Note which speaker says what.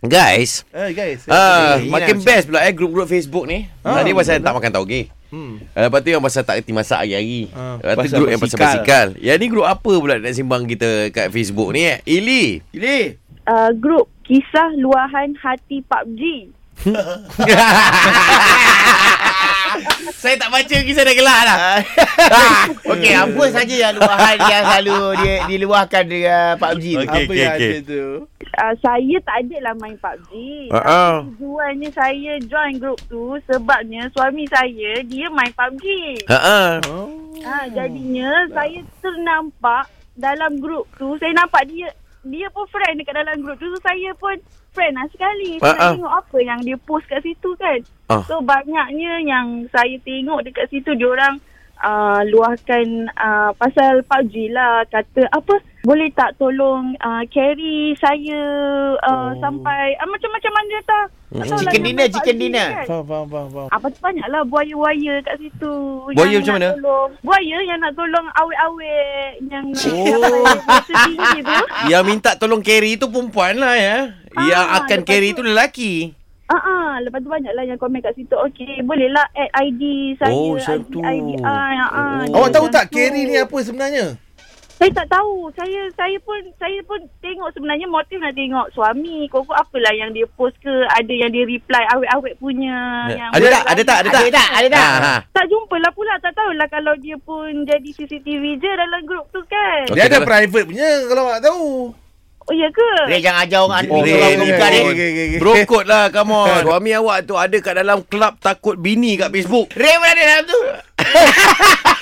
Speaker 1: Guys,
Speaker 2: Eh guys.
Speaker 1: ah,
Speaker 2: eh,
Speaker 1: makin
Speaker 2: Ina,
Speaker 1: best pula eh grup-grup Facebook ni.
Speaker 2: Ah,
Speaker 1: Tadi pasal
Speaker 2: betul
Speaker 1: tak makan tauge.
Speaker 2: Hmm.
Speaker 1: Uh, lepas tu yang pasal tak reti masak hari-hari.
Speaker 2: Ah,
Speaker 1: lepas tu
Speaker 3: pasal
Speaker 1: grup yang pasal
Speaker 3: basikal.
Speaker 1: basikal. Yang ni grup apa pula nak simbang kita kat Facebook ni eh? Ili.
Speaker 2: Ili.
Speaker 4: uh, grup Kisah Luahan Hati PUBG.
Speaker 1: Saya tak baca kisah dah gelak lah.
Speaker 3: Okey, apa saja yang luahan yang selalu dia diluahkan dengan PUBG tu?
Speaker 2: Okay,
Speaker 3: Okay.
Speaker 2: apa okay, yang
Speaker 1: okey.
Speaker 2: okay. ada tu?
Speaker 4: Uh, saya tak adalah main PUBG.
Speaker 1: Ah, ah.
Speaker 4: Tapi Tujuannya saya join grup tu sebabnya suami saya dia main PUBG.
Speaker 1: Ha ah.
Speaker 2: Oh.
Speaker 4: Ha, jadinya saya ternampak dalam grup tu. Saya nampak dia dia pun friend dekat dalam grup tu. So saya pun friend lah sekali.
Speaker 1: Ah,
Speaker 4: So
Speaker 1: ah.
Speaker 4: nak tengok apa yang dia post kat situ kan.
Speaker 1: Ah.
Speaker 4: So banyaknya yang saya tengok dekat situ diorang uh, luahkan uh, pasal PUBG lah. Kata apa boleh tak tolong uh, carry saya uh, oh. sampai uh, macam-macam mana tak.
Speaker 1: Hmm.
Speaker 4: lah tak tahulah
Speaker 3: Chicken
Speaker 4: dia
Speaker 3: dinner,
Speaker 4: main
Speaker 3: chicken
Speaker 4: PUBG
Speaker 3: dinner.
Speaker 4: kan.
Speaker 2: Faham, faham, faham, faham.
Speaker 4: Apa tu banyaklah buaya-buaya kat situ.
Speaker 1: Buaya
Speaker 4: yang
Speaker 1: macam
Speaker 4: nak
Speaker 1: mana?
Speaker 4: Tolong, buaya yang nak tolong awet-awet yang nak
Speaker 2: Oh.
Speaker 4: oh. tinggi tu.
Speaker 1: Yang minta tolong carry tu perempuan lah ya. yang
Speaker 4: Ah,
Speaker 1: akan
Speaker 4: lepas
Speaker 1: carry tu
Speaker 4: tu-
Speaker 1: lelaki.
Speaker 4: Ah, uh-uh, lepas tu banyaklah yang komen kat situ. Okey, bolehlah add ID saya.
Speaker 1: Oh, macam
Speaker 4: ID,
Speaker 1: tu.
Speaker 4: ID, ah, ya, ah,
Speaker 1: Oh.
Speaker 2: Awak tahu
Speaker 4: macam
Speaker 2: tak
Speaker 4: tu.
Speaker 2: carry ni apa sebenarnya?
Speaker 4: Saya tak tahu. Saya saya pun saya pun tengok sebenarnya motif nak tengok suami. Kok apalah yang dia post ke, ada yang dia reply awet-awet punya. yang
Speaker 1: Ya. Ada tak? Ada tak? Ada tak?
Speaker 3: Ada tak? Ada tak?
Speaker 1: Ah, ah.
Speaker 4: Tak jumpa lah pula. Tak tahulah kalau dia pun jadi CCTV je dalam grup tu kan.
Speaker 1: Okey,
Speaker 2: Dia ada
Speaker 1: dah lah.
Speaker 2: private punya kalau awak tahu.
Speaker 4: Oh, ya ke?
Speaker 3: Rek jangan ajar orang
Speaker 1: Oh,
Speaker 3: oh,
Speaker 1: Rek,
Speaker 3: orang
Speaker 1: Rek,
Speaker 3: bukan
Speaker 1: Rek.
Speaker 3: Rek.
Speaker 1: Bro code lah come on Suami awak tu ada kat dalam Club takut bini kat Facebook
Speaker 3: Rek mana ada dalam tu?